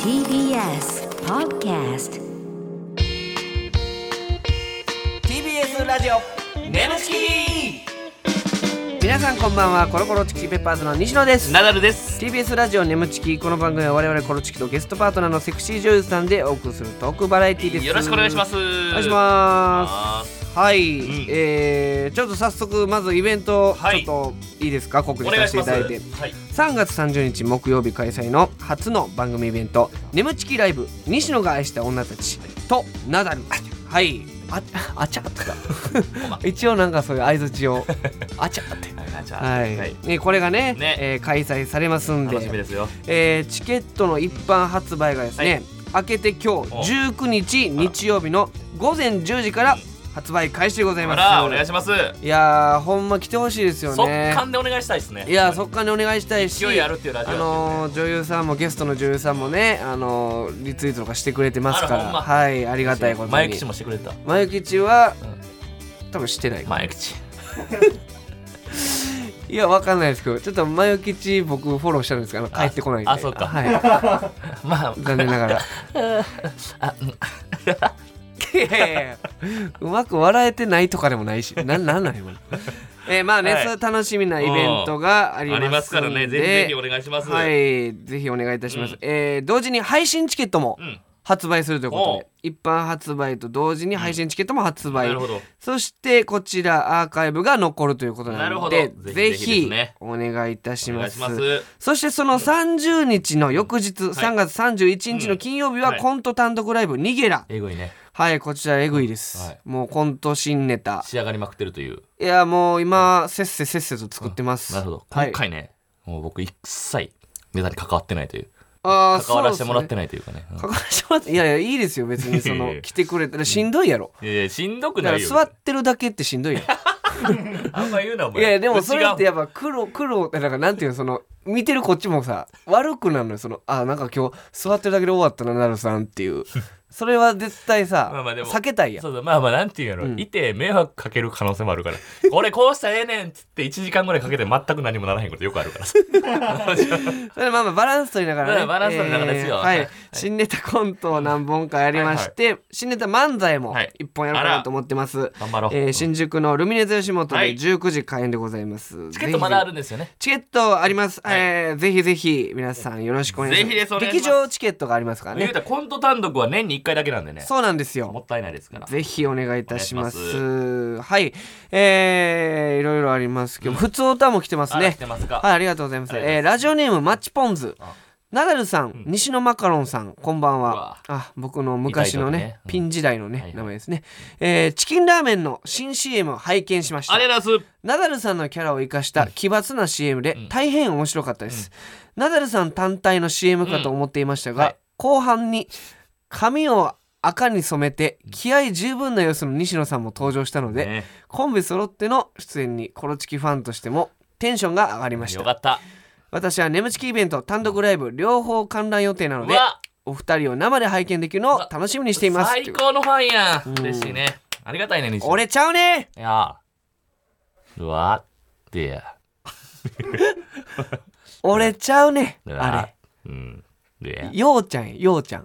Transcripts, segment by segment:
TBS Podcast TBS ラジオネムチ皆さんこんばんはコロコロチキチキペッパーズの西野ですナダルです。 TBS ラジオ眠チキこの番組は我々コロチキとゲストパートナーのセクシー女優さんでお送りするトークバラエティですよろしくお願いします。おお願いしまあすはい、うんえー、ちょっと早速まずイベントはいちょっといいですか告ー知お願さいせしています。ただいてはい。 3月30日木曜日開催の初の番組イベント「眠チキライブ西野が愛した女たち」とナダルはいああちゃっとか一応なんかそういう相づち をあちゃってはいじゃあはい、はいね、これがねねえー開催されますんで楽しみですよ。えーチケットの一般発売がですね、明けて今日19日日曜日の午前10時から発売開始でございあますらお願いします。いやーほんま来てほしいですよ速ね乾でお願いしたいですね。いやー速乾でお願いしたいし勢いあるっていうラジオあだったよねのー女優さんもゲストの女優さんもね、あのーリツイートとかしてくれてますかあららほんまはいありがたいことに前口もしてくれた。前吉はうん多分してない、前口。 いやわかんないですけどちょっと前吉僕フォローしたんですけどあの帰ってこないんでああそうかはい、まあ残念なが ら。いやいやいやうまく笑えてないとかでもないし、ななんなん今の。えーまあね、はいそういう楽しみなイベントがありますあんでりますからね。ぜひぜひお願いします。はうん。い、ぜひお願いいたします。うんえー同時に配信チケットも発売するということで、一般発売と同時に配信チケットも発売。なるほど。そしてこちらアーカイブが残るということななるのほでどぜぜひひぜひですねお願いいたしお願まいすします。そしてその30日の翌日、い3月31日の金曜日うんははいコント単独ライブ「逃げら」えぐいね。はい、こちらえぐいです。はいもうコント新ネタ。仕上がりまくってるという。いや、もう今、せっせせっせと作ってます。なるほど。はい今。回ね、もう僕一切ネタに関わってないという。あー関わらせてもらってそうないというかね。うんですね関わらせてもらって、いやいや、いいですよ、別に、そいやいの、や来てくれたらしんどいやろ。いやいやしんどくだかならいよ。座ってるだけってしんどいやあんま言うなおろ。前。いやいや、でもそれって違うやっぱ苦労、苦労、だからなんていうの、その、見てるこっちもさ、悪くなるのよ、その、あ、なんか今日、座ってるだけで終わったな、なるさんっていう。 それは絶対さ、まあまあでも避けたいやん。そうそうまあまあなんていうの、うんいて迷惑かける可能性もあるから「俺こうしたらええねん」っつって1時間ぐらいかけて全く何もならへんことよくあ るからさそれまあまあバランス取りながらね。うんバランス取りながらですよえーははいい。新ネタコントを何本かやりまして、新ネタ漫才もはい一本やろうかなと思ってます。頑張ろう、えー新宿のルミネズ吉本ではい19時開演でございます。チケットまだあぜるんですよねひぜひ。チケットあります。はいえーぜひぜひ皆さんよろしくお願いしぜひですまおす。願いしま劇す場チケットがありますから言うね。たらコント単独は年に1回だけなんでねそうなんですもよ。ったいないですからぜひお願いいたしまお願す。はい。えー、いろいろありますけど、普通歌も来てますあらね来。てますか、はい、ありがとうございます。ありがとうえーラジオネームマッチポンズあ。ナダルさん、西野マカロンさん、こんばんうはわ。あ、僕の昔のね、痛い時ねうんピン時代のね、はいはい名前ですね、えーチキンラーメンの新 CM を拝見しましたあ。れだすナダルさんのキャラを生かした奇抜な CM でん大変面白かったです。ナダルさん単体の CM かと思っていましたが、うんはい後半に髪を赤に染めて気合十分な様子の西野さんも登場したので、ねコンビ揃っての出演にコロチキファンとしてもテンションが上がりましよたかった私は眠ちきイベント単独ライブ両方観覧予定なのうでわお二人を生で拝見できるのを楽しみにしています最高のファンやんん嬉しいねありがたいね西野俺ちゃうねいやうわってや俺ちゃうねうわあうんでれ ようちゃんやようちゃ ん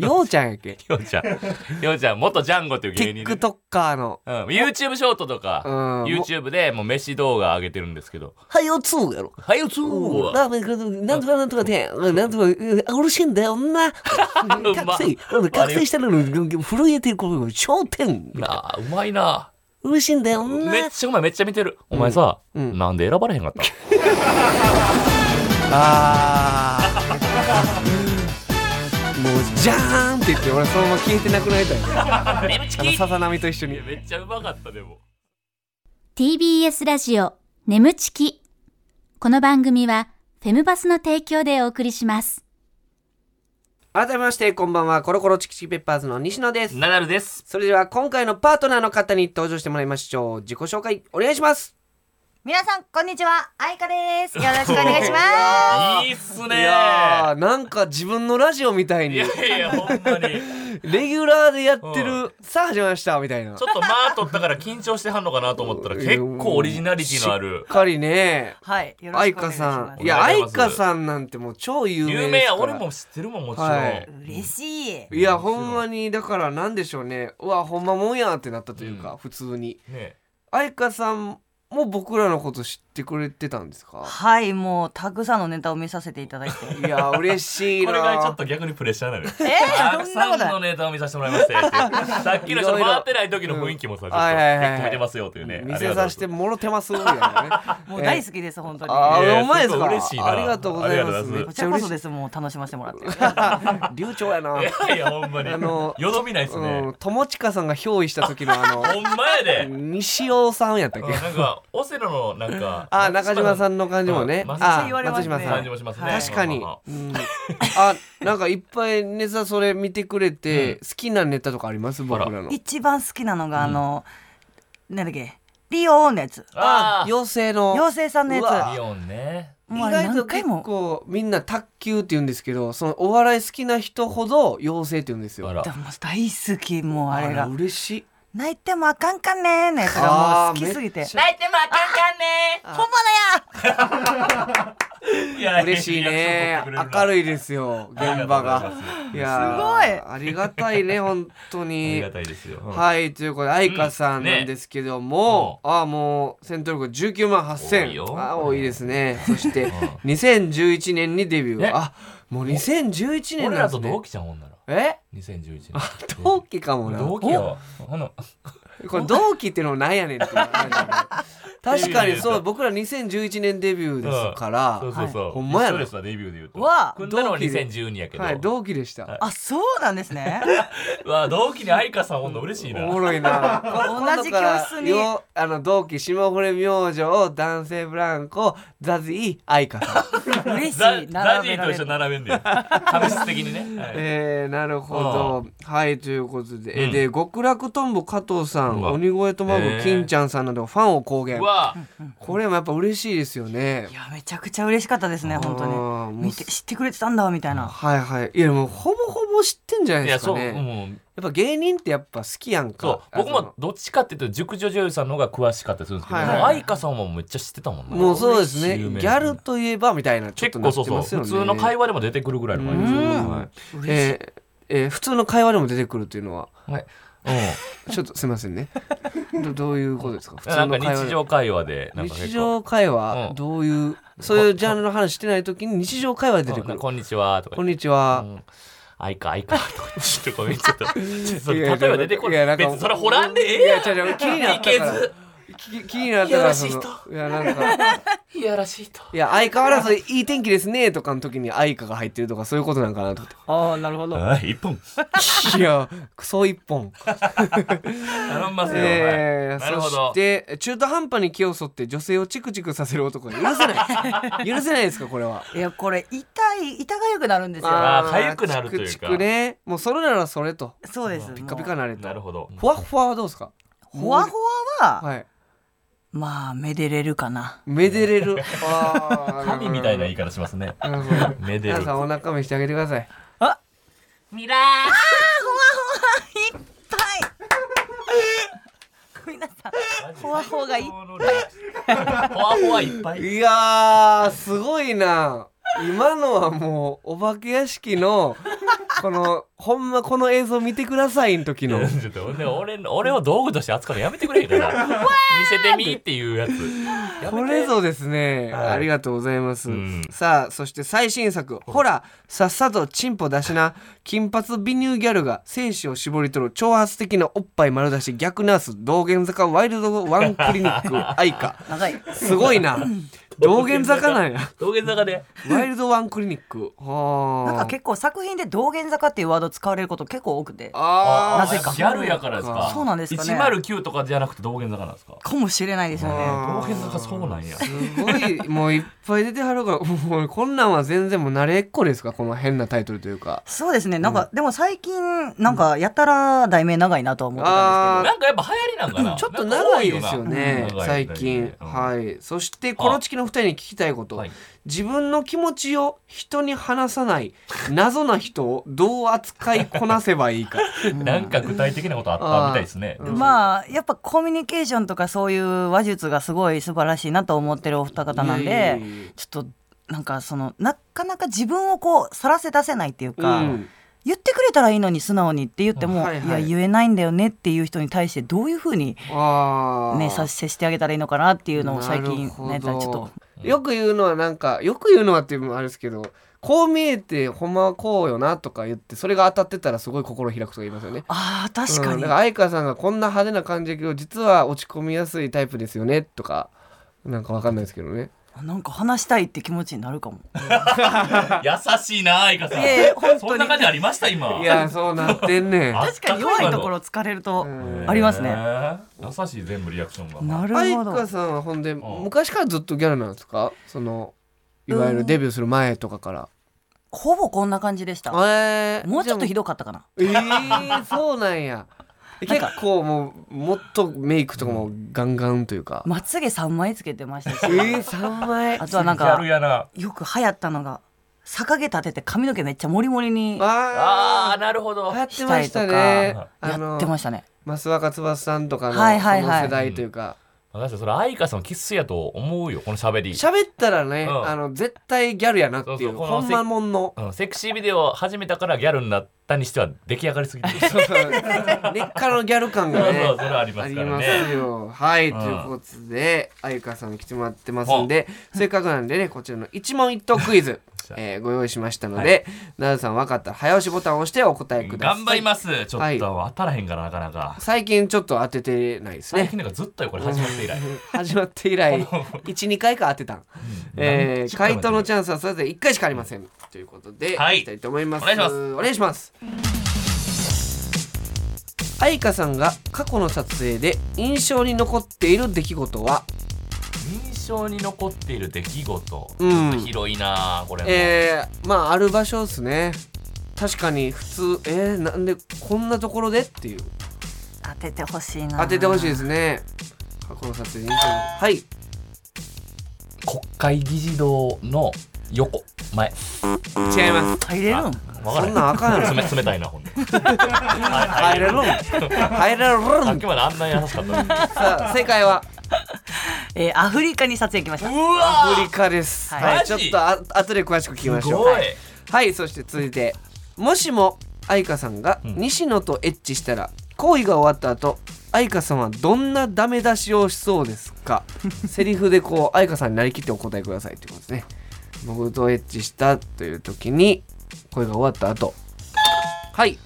ようちゃんやっけようちゃん。ようちゃん、元ジャンゴという芸人で。 TikToker のうん、YouTube ショートとか、うん YouTube でもう飯動画上げてるんですけど。 「はよつうやろ」はい、よつうんーラーメンくなんとかなんとかて、なんとか、うんおいしいんだよ な。覚醒、うん覚醒したのに、震えてる、この焦点。なあ、うまいな。おいしいんだよな。めっちゃうまい、めっちゃ見てる。お前さ、うんなんで選ばれへんかったのあー もうジャーンって言って俺そのまま消えてなくなりたいめっちあゃのいさざ波と一緒にやめっちゃうまかった、でも。 TBS ラジオ眠ちきこの番組はフェムバスの提供でお送りします改めましてこんばんはコロコロチキチキペッパーズの西野ですナダルです。それでは今回のパートナーの方に登場してもらいましょう自己紹介お願いします皆さんこんにちはあいかですよろしくお願いしまいいっいすねやーなんか自分のラジオみたいいにやいやほんまにレギュラーでやってるさあ始まりましたみたいなちょっとまあ取ったから緊張してはんのかなと思ったら結構オリジナリティのあるしっかりねすはいよろ愛しくお願花いしさんますいやお願いし愛ます花さんなんてもう超有名ですから有名や俺も知ってるもんもちろん、はい嬉しいいやほんまにだからなんでしょうねうわほんまもんやってなったというか、うん普通にね愛花さんも僕らのこと知ってくれてたんですかはいもうたくさんのネタを見させていただいていや嬉しいこなれがちょっと逆にプレッシャーなのよえたー、くそんなこさんとないのネタを見させてもらいま してっていうさっきのその回ってない時の雰囲気もさ、いちょろっいとろはいはいはい結構見てますよというね。見せさせてももろてますみ たいなねもう大き好きです本当にあいやーいやお前ですすごかい嬉しいなありがとうございますありがとうございますめこっちちゃらこ嬉そしいですもう楽しませてもらって 流暢やな、いやいや、ほんまに。あのよどみないですうねん。友近さんが憑依した時のあのほんまやで。西尾さんやったっうけんなんか、オセロのなんか。あ中島さんの感じもねうん松島あ言われま松すね島のさ感んじもしますね。はい確かに、まあまうんあなんかいっぱいネタそれ見てくれて、う好んきなネタとかあります僕らあの一番好きなのがあの、なんだっけリオンのやつあまああー、妖精の妖精さんのやうわつイオンね。意もうあれ外と何回結も構みんな卓球って言うんですけどそのお笑い好きな人ほど妖精って言うんですよあらで。も大好きもうあれが嬉しい泣いてもあかんかんねーのやつがもう好きすぎあてーめっちゃ泣いてもあかんかんねー本物やいや嬉しいね明いるいですよリアクション取ってくれるな現場がいやすごいーありがたい ね本当ありにがとうございますありがたいですよ。い。はいということで愛花さんねなんですけども、ああもう戦闘力19万多い8000よああ多いですねそして2011年にデビューねあもう2011年俺なんらですと同ね期じゃん、ほんなら。え2011年。同期かもな同期よ。ほなこれ同期ってのなんやねんっていう感じ だね確かにそう僕ら2011年デビューですから、そうそうそう。ほんまやな一緒ですわ、デビューで言うと。わあ組んだのは同期で2012やけど。はい同期でした、はあそうなんですねわあ同期に愛花さんおんの嬉しいな。おもろいな同じ教室に今度からよあの同期霜降り明星男性ブランコザズイ愛花さん 嬉しいザ並ザジべーらとれ一緒るに並 べんねん。紙質的にね。はいえー、なるほどはいということで、えうんで極楽とんぼ加藤さんうわ鬼越トマえブー金ちゃんさんなどファンを公言うわこれもやっぱ嬉しいですよねいやめちゃくちゃ嬉しかったですね本あ当ーにもう見て知ってくれてたんだみたいなはいはいいやもうほぼほぼ知ってんじゃないいでやすかそう、ねうやっぱん、芸人ってやっぱ好きやんかそう僕もどっちかっていうと熟女女優さんの方が詳しかったりするんですけど、はいもはいう愛花さんもめっちゃ知ってたもんなもうそうですね有名ギャルといえばみたいなちょっと結な構ってそうそう、ますよね普通の会話でも出てくるぐらいの感じですようんはい嬉しいえーえー普通の会話でも出てくるっていうのははいちょっとすいませんねどどういうことですか普通う ん、なんのか会話日常会話でなんか日結構常会う話んどういうそういうジャンルの話してない時に日常会話で出てくうんるこんにちは」とかこん言ってにちはうん愛花愛花」とか言ってごめんちょっとちょっとい例やえば出てこないやんか別にそれ掘らんでええやんいや違う違う気になったかいらけき気になったからそのいやらしいいやなんかずいやらしいといや相変わらずいい天気ですねとかの時に愛花が入ってるとかそういうことなんかなと思っああなるほどはい一本ていやクソ一本頼みますよ、えーはいなるほどそして中途半端に気を剃って女性をチクチクさせる男が許せない許せないですかこれはいやこれ痛い痛がゆくなるんですよあーー痒くなるというかチクチクねもうそれならそれとそうですピカピカもなれとなるほどふわっふわはどうですかうほわほわははいまあめでれるかなめでれ るあー神みたいな言い方しますねなるほどめで皆るさんお腹見してあげてくださいミラーあーほわほわいっぱい皆さんほわほわがいっぱい。ほわほわいっぱい。いやーすごいな今のはもうお化け屋敷のこのほんまこの映像見てくださいの時のちょっと俺俺俺を道具として扱うのやめてくれへんかな見せてみっていうやつやめてこれぞですね、はいありがとうございます、うんさあそして最新作「ほらさっさとチンポ出しな金髪美乳ギャルが精子を絞り取る挑発的なおっぱい丸出し逆ナース道玄坂ワイルドワンクリニック愛花ぱい長いすごいな 道玄坂なんや道玄坂でワイルドワンクリニックはあなんか結構作品で道玄坂っていうワード使われること結構多くてあなぜかギャルやからですか。そうなんですかね109とかじゃなくて道玄坂なんですか。かもしれないですよねあー道玄坂そうなんや。すごいもういっぱい出てはるからもうこんなんは全然もう慣れっこですかこの変なタイトルというかそうですねなんか、でも最近なんかやたら題名長いなとは思ってたんであすなんかやっぱ流行りなんかな。ーちょっとなんか多長いですよねうん最近うんはいそしてコロチキの2人に聞きたいことはい自分の気持ちを人に話さない謎な人をどう扱いこなせばい いかなんか具体的なことあったみたいですねけ。ど、まあやっぱコミュニケーションとかそういう話術がすごい素晴らしいなと思ってるお二方なんで、いえいえいえちょっとなんかそのなかなか自分をこうさらせ出せないっていうか、うん言ってくれたらいいのに素直にって言っても、はいいはいや言えないんだよねっていう人に対してどういうふうに、あーね、さ接してあげたらいいのかなっていうのを最近なねるちほょどっとよく言うのはなんかよく言うのはっていうのもあれですけどこう見えてほんまはこうよなとか言ってそれが当たってたらすごい心開くとか言いますよね。あー確かうんに、だから相川さんがこんな派手な感じだけど実は落ち込みやすいタイプですよねとかなんかわかんないですけどね。なんか話したいって気持ちになるかも。優しいな、いかさん。いやいや本当にそんな感じありました、今。いやそうなってんねん。あ確かに弱いところ疲れると、うんありますねへー優しい全部リアクションが。なる相ほど川さんはほんで昔からずっとギャルなんですかそのいわゆるデビューする前とかから。ほぼこんな感じでしたえーもうちょっとひじゃどかったかなあえー、 そうなんや。結構もうもっとメイクとかもガンガンというか。まつげ3枚つけてましたし えー、3枚あとはなんギャかルやな。よく流行ったのが逆毛立てて髪の毛めっちゃモリモリにああー、なるほどあ流行ってましたねしたりとかあのやってましたね増若翼さんとかの,、はいはいはいの世代というか私はそれ、愛花さんのキスやと思うよ、この喋り。喋ったらね、うんあの絶対ギャルやなっていうそうそうこのほんまもんのうんセクシービデオを始めたからギャルになったにしては出来上がりすぎてる。そうそう そう根っからのギャル感そがう、そねれありまあすりからまね。すよ。はい、うんということで、あゆかさんに来てもらってますんで、せっかくなんでね、こちらの一問一答クイ ズ、えーご用意しましたので、なるさん分かったら早押しボタンを押してお答えください。頑張ります。ちょはっいと当たらへんから、なかなか。最近ちょっと当ててないですね最。近なんかずっとよ、これ始まって以来。始まって以来12回か当てたん、えー、回答のチャンスはそれぞれ1回しかありませんということで、はいいきたいと思いますお願いしますお願いします愛花さんが過去の撮影で印象に残っている出来事は、印象に残っている出来事、うんちょっと広いなあこれも、えー、まあある場所ですね確かに普通えー、なんでこんなところでっていう当ててほしいな当ててほしいですね過去の撮影で印象にはい国会議事堂の横前違います入れるんわからそんなんあかんやろ 冷冷たいなほんで入れるん入れるん さっきまであんなに優しかったのにさあ正解はえーアフリカに撮影行きましたうわアフリカです。はいはい、マちジょっとあ後で詳しく聞きましすょう。ごい、はい、はいそして続いて、もしも愛花さんがうん西野とエッチしたら、行為が終わった後、愛花さんはどんなダメ出しをしそうですか。 セリフでこう愛花さんになりきってお答えくださいってことですね。僕とエッチしたという時に恋が終わった後、はい、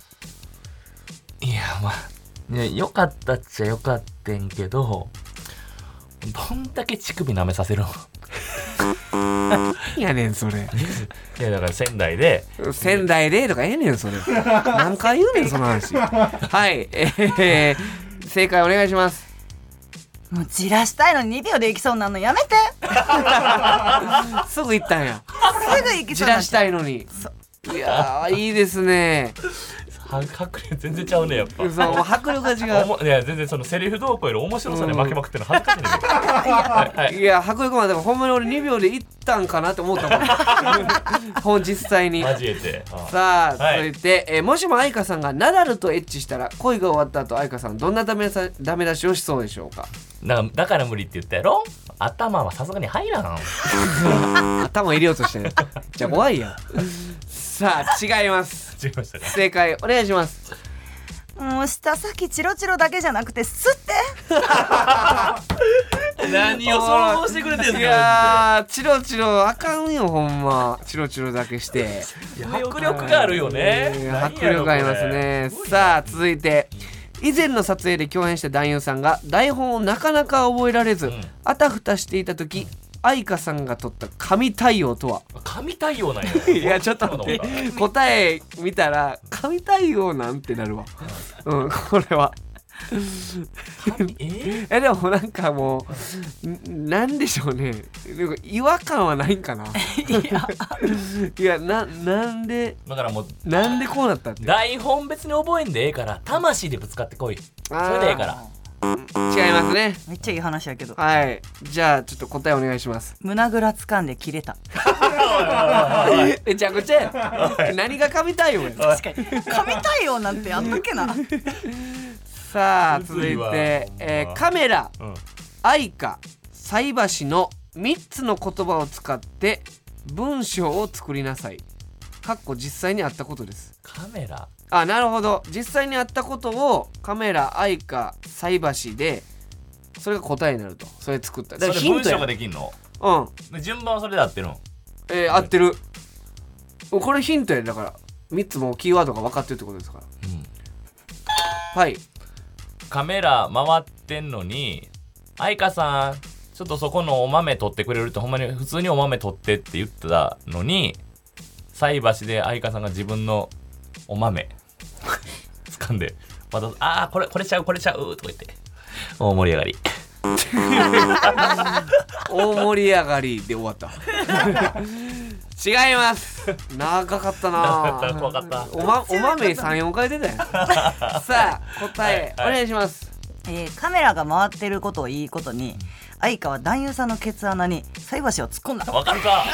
い、やまあねよかったっちゃよかってんけどどんだけ乳首舐めさせるのいやねんそれ。いやだから仙台で仙台でとかええねんそれ。何回言うねんその話。はい、えー、正解お願いします。もうじらしたいのに2秒で行きそうになるのやめてすぐ行ったんや。すぐ行きじそうにならっしちゃうたいのに。いやーいいですね。は迫力全然ちゃうねやっぱそうもう迫力がおもいや全然そのセリフどうこうより面白さで負けまくってるの恥ずかしいんだけどはいはい違う。いや迫力までもほんまに俺2秒で行ったんかなって思ったもん。ほん実際に。交えてああさあはい続いて、えーもしも愛花さんがナダルとエッチしたら恋が終わった後愛花さんどんなダメさダメ出しをしそうでしょうかなんかだから無理って言ったやろ頭はさすがに入らん頭入れようとしてるじゃあ怖いやんさあ違います違いましたね正解お願いしますもう下先チロチロだけじゃなくて吸って何を想像してくれていんのやーチロチロあかんよほんまチロチロだけ して迫力があるよねえー迫力ありますねさあ続いて以前の撮影で共演した男優さんが台本をなかなか覚えられず、んあたふたしていた時愛花さんが取った神対応とは神対応なんやいやちょっと待って答え見たら神対応なんてなるわうんこれは神 ええでもなんかもうんなんでしょうねなんか違和感はないんかないやななんでだからもうなんでこうなったって台本別に覚えんでええから魂でぶつかってこいそれでええから違いますねめっちゃいい話やけどはいじゃあちょっと答えお願いします胸ぐら掴んで切れためちゃくちゃやん何が神対応やん確かに神対応なんてやっとけなさあむ続ずいいわて、えーほんまカメラうん愛花菜箸の3つの言葉を使って文章を作りなさいかっこ実際にあったことですカメラあなるほど実際にあったことをカメラ愛花菜箸でそれが答えになるとそれ作っただかそれらヒン文ト章やができんのうんで順番はそれで合ってるのえー合ってるこれヒントやだから3つもうキーワードが分かってるってことですからうんはいカメラ回ってんのに「愛花さんちょっとそこのお豆取ってくれる」ってほんまに普通にお豆取ってって言ってたのに菜箸で愛花さんが自分のお豆 掴んでまた「ああこれこれちゃうこれちゃう」とか言って大盛り上がり大盛り上がりで終わった違います長かったな長かった 怖かったおまお豆34回出たよさあ答え、はいおはい願いしますえーカメラが回ってることをいいことに愛花は男優さんのケツ穴に菜箸を突っ込んだわかるか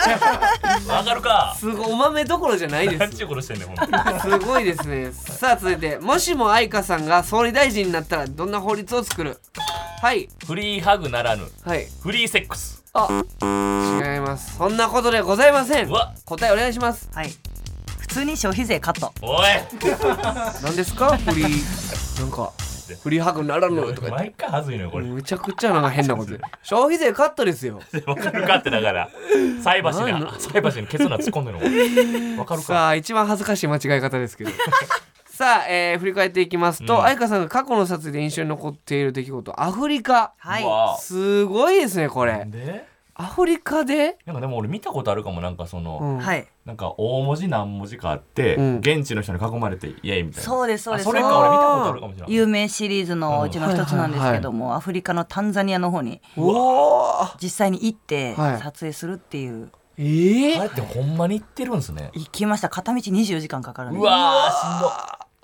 わかるかすごいお豆どころじゃないで何すちゅうことしてんねんほんまにすごいですねさあ続いてもしも愛花さんが総理大臣になったらどんな法律を作るはいフリーハグならぬはいフリーセックスあ違いますそんなことでございませんうわ答えお願いしますはい普通に消費税カットおい何ですかフリーなんかフリーハグならぬとか言って毎回はずいのよこれむちゃくちゃなんか変なこと言う消費税カットですよわかるかってだから菜箸なんがな菜箸にケツナ突っ込んでるのわかるかさあ一番恥ずかしい間違い方 ですけどさあ、えー振り返っていきますうんと愛華、さんが過去の撮影で印象に残っている出来事アフリカはいうわすごいですねこなれんでアフリカで、なんかでも俺見たことあるかもなんかその、うんはいなんか大文字何文字かあって、うん現地の人に囲まれてイエイみたいなそうですそうですあそれか俺見たことあるかもしれない有名シリーズのうちの一つなんですけども、アフリカのタンザニアの方におお実際に行ってはい撮影するっていう、えあー、れってほんまに言ってるんですね行きました片道24時間かかるんうでわーしんど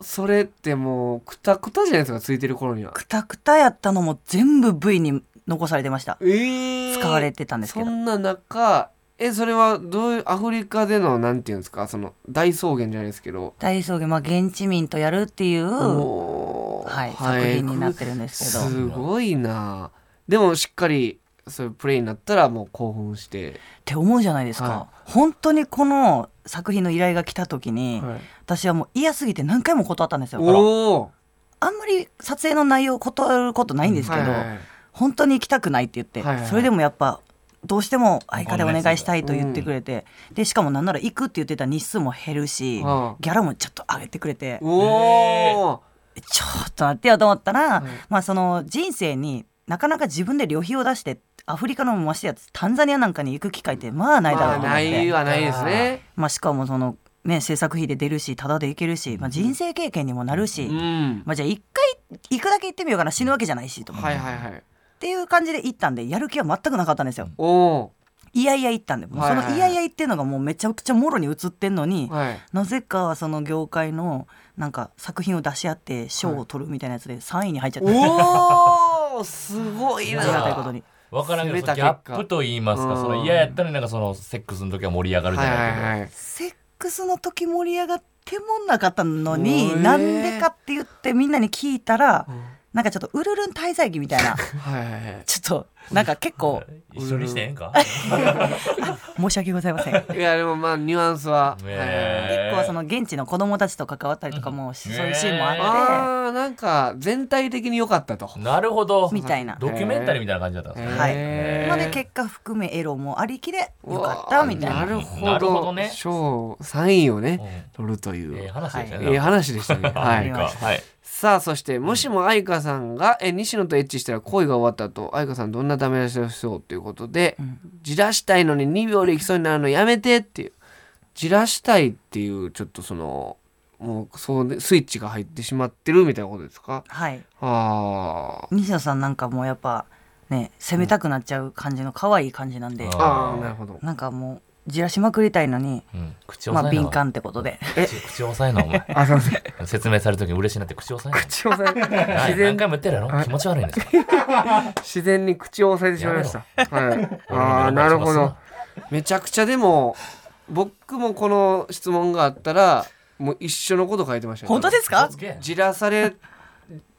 それってもうクタクタじゃないですかついてる頃にはくたくたやったのも全部 V に残されてましたえー使われてたんですけどそんな中えそれはどういうアフリカでのなんていうんですかその大草原じゃないですけど、大草原、まあ、現地民とやるっていう、はおーい、作品になってるんですけどっすごいなでもしっかりそういうプレイになったらもう興奮して、て思うじゃないですか、は本当にこの作品の依頼が来た時に、はい、私はもう嫌すぎて何回も断ったんですよおおあんまり撮影の内容を断ることないんですけど、本当に行きたくないって言って、はいはいはいそれでもやっぱどうしても相方でお願いしたいと言ってくれて、でしかもなんなら行くって言ってた日数も減るし、うんギャラもちょっと上げてくれて、おおちょっと待ってよと思ったはら、いまあその人生になかなか自分で旅費を出してアフリカのましてやタンザニアなんかに行く機会ってまあないだろまうあと思っなて、いまあはないですねしかもその、ね、制作費で出るしタダで行けるし、まあ、人生経験にもなるし、うんまあ、じゃあ一回行くだけ行ってみようかな死ぬわけじゃないしと思って。はいはいはいっていう感じで行ったんでやる気は全くなかったんですよ。おおいやいや行ったんで、もうそはいはいはのいいやいや行っていうのがもうめちゃくちゃもろに映ってんのに、ー はいなぜかその業界のなんか作品を出し合って賞を取るみたいなやつで3位に入っちゃった。 おおすごいありがたいなことに。わからんけど攻めたそのギ結果ャップと言いますか、うんその嫌やったらなんかそのセックスの時は盛り上がるじはゃいないけど、はいはいセックスの時盛り上がってもなかったのおに、えなんでかって言ってみんなに聞いたらう、んなんかちょっとウルルン滞在期みたいな、はいはいはいちょっとなんか 結構一緒にしてええんか、申し訳ございません。結いやでもまあニュアンスは、ねえはいはい構その現地の子供たちと関わったりとかも、そういうシーンもあって。あーなんか全体的に良かったと、 なるほどみたいなドキュメンタリーみたいな感じだったんですね、はいへーまあで結果含めエロもありきでよかったみたいななるほどなるほどね賞3位をね、取るという、えええ話でしたね、え話でした ねはアフリいカはいさあそしてもしも愛花さんがえ西野とエッチしたら恋が終わった後愛花さんどんなダメ出しをしそうっていうことで、んじらしたいのに2秒でいきそうになるのやめてっていうじらしたいっていうちょっとそのもうそうねスイッチが入ってしまってるみたいなことですかはいあー西野さんなんかもうやっぱね攻めたくなっちゃう感じの可愛い感じなんで、うんあーなるほどなんかもうじらしまくりたいのにうん、口押まさあえな、敏感ってことで口口押さえな お前あすいません説明される時に嬉しいなって口押さえ口を押なさえはい自然何回も言ってるやろ気持ち悪いんですよ自然に口を押さえてしまいました。はい。ああ、なるほど。めちゃくちゃでも、僕もこの質問があったら、もう一緒のこと書いてました、ね。本当ですか 嘘つけじらされ、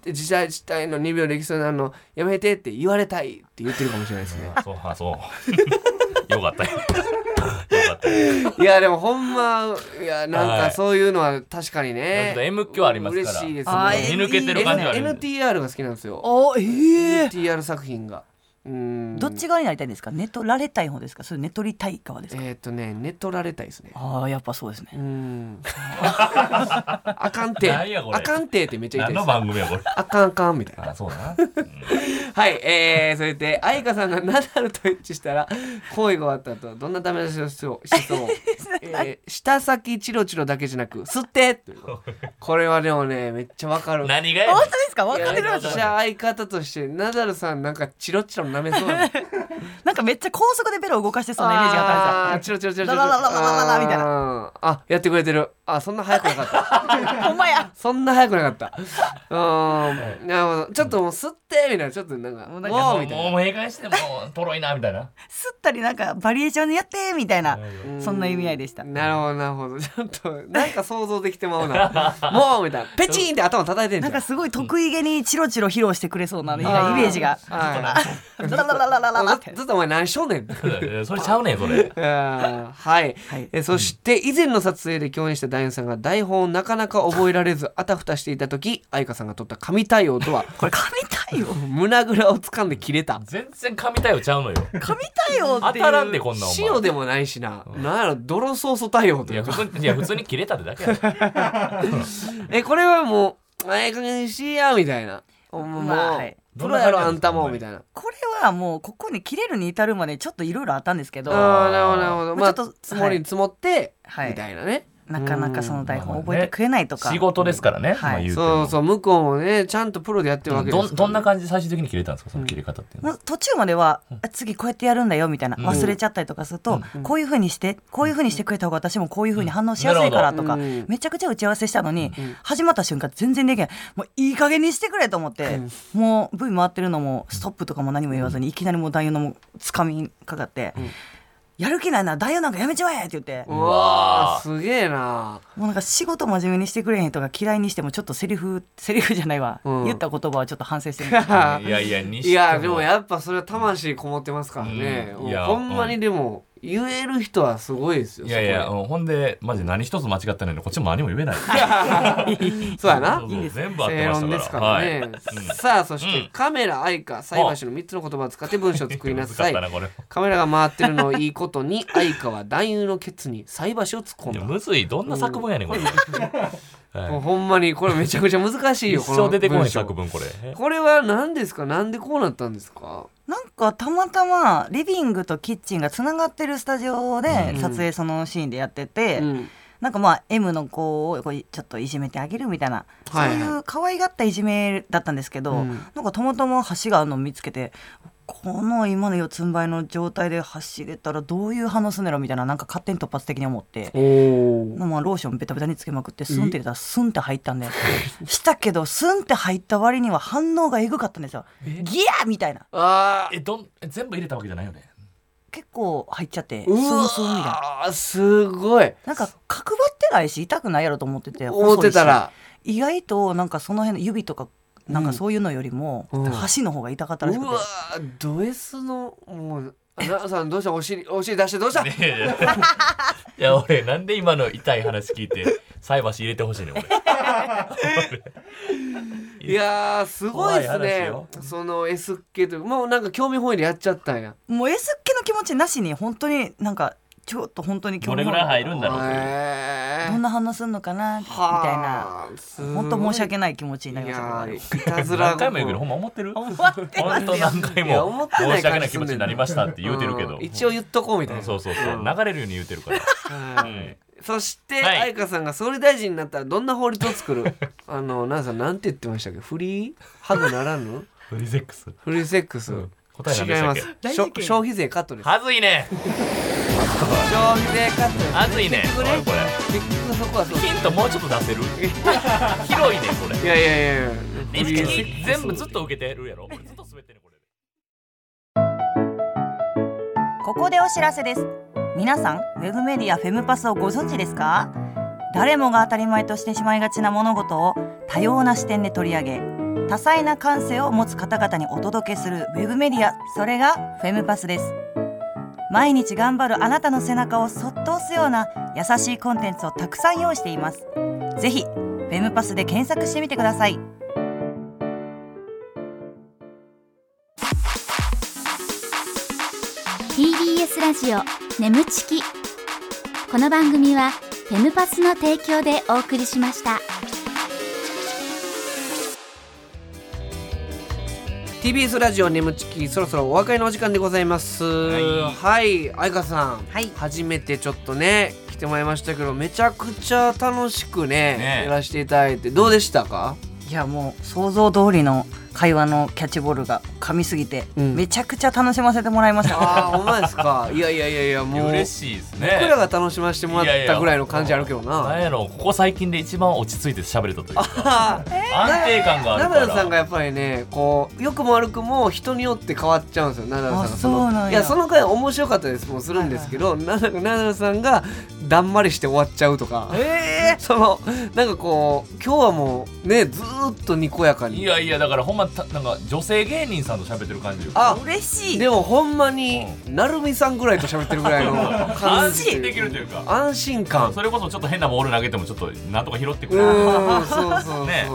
自体自体の2秒できそうなの、やめてって言われたいって言ってるかもしれないです ね。あそうあそう よかったよよかったよいや、でもほんま、いや、なんはかいそういうのは確かにね。ちょっと M 響ありますから嬉しいですあーね。見抜けてる感じはある N- NTR が好きなんですよ。おえ NTR 作品が。うん。どっち側になりたいんですか寝取られたい方ですかそれ寝取りたい側ですか、えっ、とね、寝取られたいですね。ああやっぱそうですう ねん。あかんて。なんやこれあかんてってめっちゃ何言いのたい番組やこれあかんあかんみたいな。あそうだな、うんはい、えー、それで、愛花さんがナダルと一致したら、行為が終わった後、どんなダメ出しをしそう、しそう。えー、舌先チロチロだけじゃなく、吸ってということこれはでもね、めっちゃわかる。何がやねん本当ですか分かってるいやんめでっすちかゃ相方として、ナダルさんなんかチロチロ舐めそうな。なんかめっちゃ高速でベロ動かしてそうなイメージがあったんーですチロチロチロチロ。ララララララララみたいなな。あ、やってくれてる。あ、そんな早くなかった。よほんまやそんな早くなかった。うーん、なるほど。ちょっともう吸ってみたいな、ちょっとなんか、ももううなんかもうみたもういもな。う閉館してもうとろいなみた いな吸ったりなんかバリエーションでやってみたいなうそんな意味合いでしたなるほど、なるほど。 ちょっと、なんか想像できてまうな。 もうみたいな。ペチンって頭叩いてんじなゃんん。かすごい得意げにチロチロ披露してくれそうなイメージがはララララララララっい。てずっとお前何しとんねん。うんそれちゃうねんそれ あーはい、はいえそして以前の撮影で共演したダイアンさんが台本をなかなか覚えられずあたふたしていた時愛花さんが取った神対応 とはこれ神対応胸ぐらを掴んで切れた全然神対応ちゃうのよ神対応当っていうたらんでこんなんお前塩でもないしな、なんやろ泥ソース対応といいやうか普通にいや普通に切れたってだけ やろえこれはもう「ええ加減にしいや」みたいな「おもう、まあはいプロやろどんな感じなんですかあんたも」お前みたいなこれはもうここに切れるに至るまでちょっといろいろあったんですけどあああーなるほどなるほどままああちょっと積もりに積もって、はいみたいなねなかなかその台本覚えてくれないとか仕事ですからね、はいまあ、言うてそもうそう向こうもねちゃんとプロでやってるわけですどから、んどんな感じで最終的に切れたんですかその切れ方っていうのもはう途中までは、あ次こうやってやるんだよみたいな忘れちゃったりとかすると、こういうふうにしてこういうふうにしてくれた方が私もこういうふうに反応しやすいからとか、うんなるほどめちゃくちゃ打ち合わせしたのに、始まった瞬間全然できないもういい加減にしてくれと思って、もう V 回ってるのもストップとかも何も言わずに、いきなりもう男優のもつかみにかかって、やる気ないな男優なんかやめちまえって言って、うわーすげえなもうなんか仕事真面目にしてくれへんとか嫌いにしてもちょっとセリフセリフじゃないわ、うん言った言葉はちょっと反省して るいやいやにしていやでもやっぱそれは魂こもってますからね、うんいやほんまにでも言える人はすごいですよいやいやそこうんほんでマジ何一つ間違ってないのでこっちも何も言 えないでそうやなそうそう全部合って正ま論でしすたかかららね、 はいうんさあそして、うんカメラ愛花菜箸の3つの言葉を使って文章を作りなさい難かったなこれカメラが回ってるのをいいことに愛花は男優のケツに菜箸を突っ込いやんだむずいどんな作文やねんこれ、もうはほんまにこれめちゃくちゃ難しい、いよ一生出てこない作この文これ文章これは何ですかなんでこうなったんですかなんかたまたまリビングとキッチンがつながってるスタジオで撮影そのシーンでやってて、うんなんかまあ M の子をこうちょっといじめてあげるみたいな、はいはいそういう可愛がったいじめだったんですけど、うんなんかたまたま橋があるのを見つけてこの今の四つん這いの状態で走れたらどういう反応すんねやろみたいななんか勝手に突発的に思って。おまあ、ローションベタベタにつけまくってスンって入れたらスンって入ったんでしたけどスンって入った割には反応がえぐかったんですよギャーみたいなあーえどんえ全部入れたわけじゃないよね結構入っちゃってスうンスンみたいなわーすごいなんか角張ってないし痛くないやろと思ってて思ってたら細いし意外となんかその辺の指とかなんかそういうのよりもうんうん箸の方が痛かったうらしくて、わード S のもうあ奈良さんどうしたお尻お尻出してどうしたいやいやいや俺なんで今の痛い話聞いて菜箸入れてほしいねん俺いやーすごいです怖い話ねよその S 系というもうなんか興味本位でやっちゃったんやもう S っ気の気持ちなしに本当になんかちょっと本当にどれぐらい入るんだろうというえどんな反応するのかなみたいな本当申し訳ない気持ちになりましたけどいたずら何回も言うけどほんま思ってる思ってます本当何回いや思っもてな申いし訳ない気持ちになりましたって言うてるけど、うん一応言っとこうみたいなそうそうそう、流れるように言うてるから、はういんそしてはい愛華さんが総理大臣になったらどんな法律を作 るあの奈々さんなんて言ってましたっけフリーハグならぬフリゼックスフリーセックス、ん答え何で違いしたまっけすしょ消費税カットです消はずいね費税カットですはずいね結お局いねこれ結局そこはそうヒントもうちょっと出 せる広いねこれいやいやいやフリーセックス全部ずっと受けてるやろ俺ずっと滑ってるこれここでお知らせです皆さんウェブメディアフェムパスをご存知ですか誰もが当たり前としてしまいがちな物事を多様な視点で取り上げ多彩な感性を持つ方々にお届けするウェブメディアそれがフェムパスです毎日頑張るあなたの背中をそっと押すような優しいコンテンツをたくさん用意していますぜひフェムパスで検索してみてくださいす TBS ラジオ眠ちきこの番組はフェムパスの提供でお送りしました TBS ラジオ眠ちきそろそろお別れのお時間でございますはい愛華さん、はい初めてちょっとね来てもらいましたけどめちゃくちゃ楽しくねねやらせていただいてどうでしたかいやもう想像通りの会話のキャッチボールが噛みすぎて、うんめちゃくちゃ楽しませてもらいました。 ああほんまですかいやいやいやいやもう嬉しいですね僕らが楽しませてもらったぐらいの感じあるけどななん やろここ最近で一番落ち着いて喋れたというかあー安定感があるナかダらルさんがやっぱりねこう良くも悪くも人によって変わっちゃうんですよナダルさんがあそうなんやいやその回面白かったですもうするんですけど、ナダルナダルさんがだんまりして終わっちゃうとかえそのなんかこう今日はもうねずーっとにこやかいにやいやだからほんまたなんか女性芸人さんと喋ってる感じよあ嬉しい。でもほんまに、なるみさんぐらいと喋ってるぐらいの感 安じという心できるというか安心感それこそちょっと変なボール投げてもちょっとなんとか拾ってくうれるーんそうそうそう、ね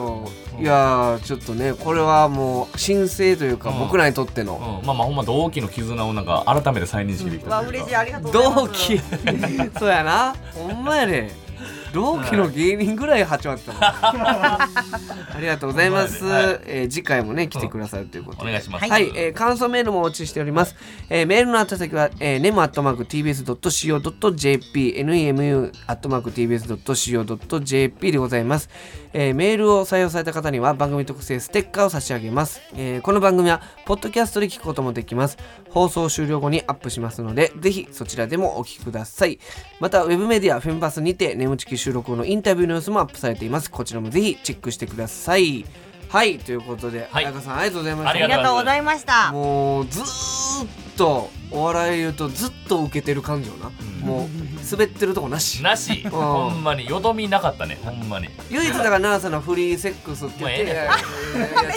いやーちょっとねこれはもう神聖というか、うん僕らにとっての、うん、まあまあほんま同期の絆をなんか改めて再認識できたというか、ありがと同期そうやなほんまやね同期の芸人ぐらい始まってた もんありがとうございます、ほんまやねえー次回もね来てくださるということで、お願いしますはい、えー感想メールもお待ちしております、えーメールの宛先は、えー、nemu.tbs.co.jp nemu.tbs.co.jp でございます、えーメールを採用された方には番組特製ステッカーを差し上げます、えーこの番組はポッドキャストで聞くこともできます放送終了後にアップしますのでぜひそちらでもお聞きくださいまたウェブメディアフェンパスにてネムチキ収録後のインタビューの様子もアップされていますこちらもぜひチェックしてくださいはいということで、はい彩香さんありがとうございましたありありがとうございました。もうずーっとお笑い言うとずっと受けてる感じよな、うんもう滑ってるとこなしなし、ほんまによどみなかったねほんまに唯一だから奈々さんのフリーセックスって言って「いもうええねんやい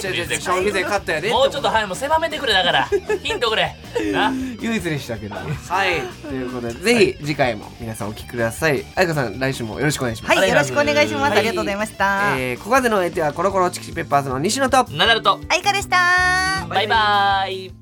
やいや違う違う違う消費税勝ったやで」もうちょっとはいもう狭めてくれだからヒントくれな唯一でしたけどはいということでぜひ次回も皆さんお聞きくださいあやかさん来週もよろしくお願いしますはい、よろしくお願いします。はいありがとうございました。えーここまでのお相手はコロコロチキチキペッパーズの西野とナダルとあいかでした。バイバイ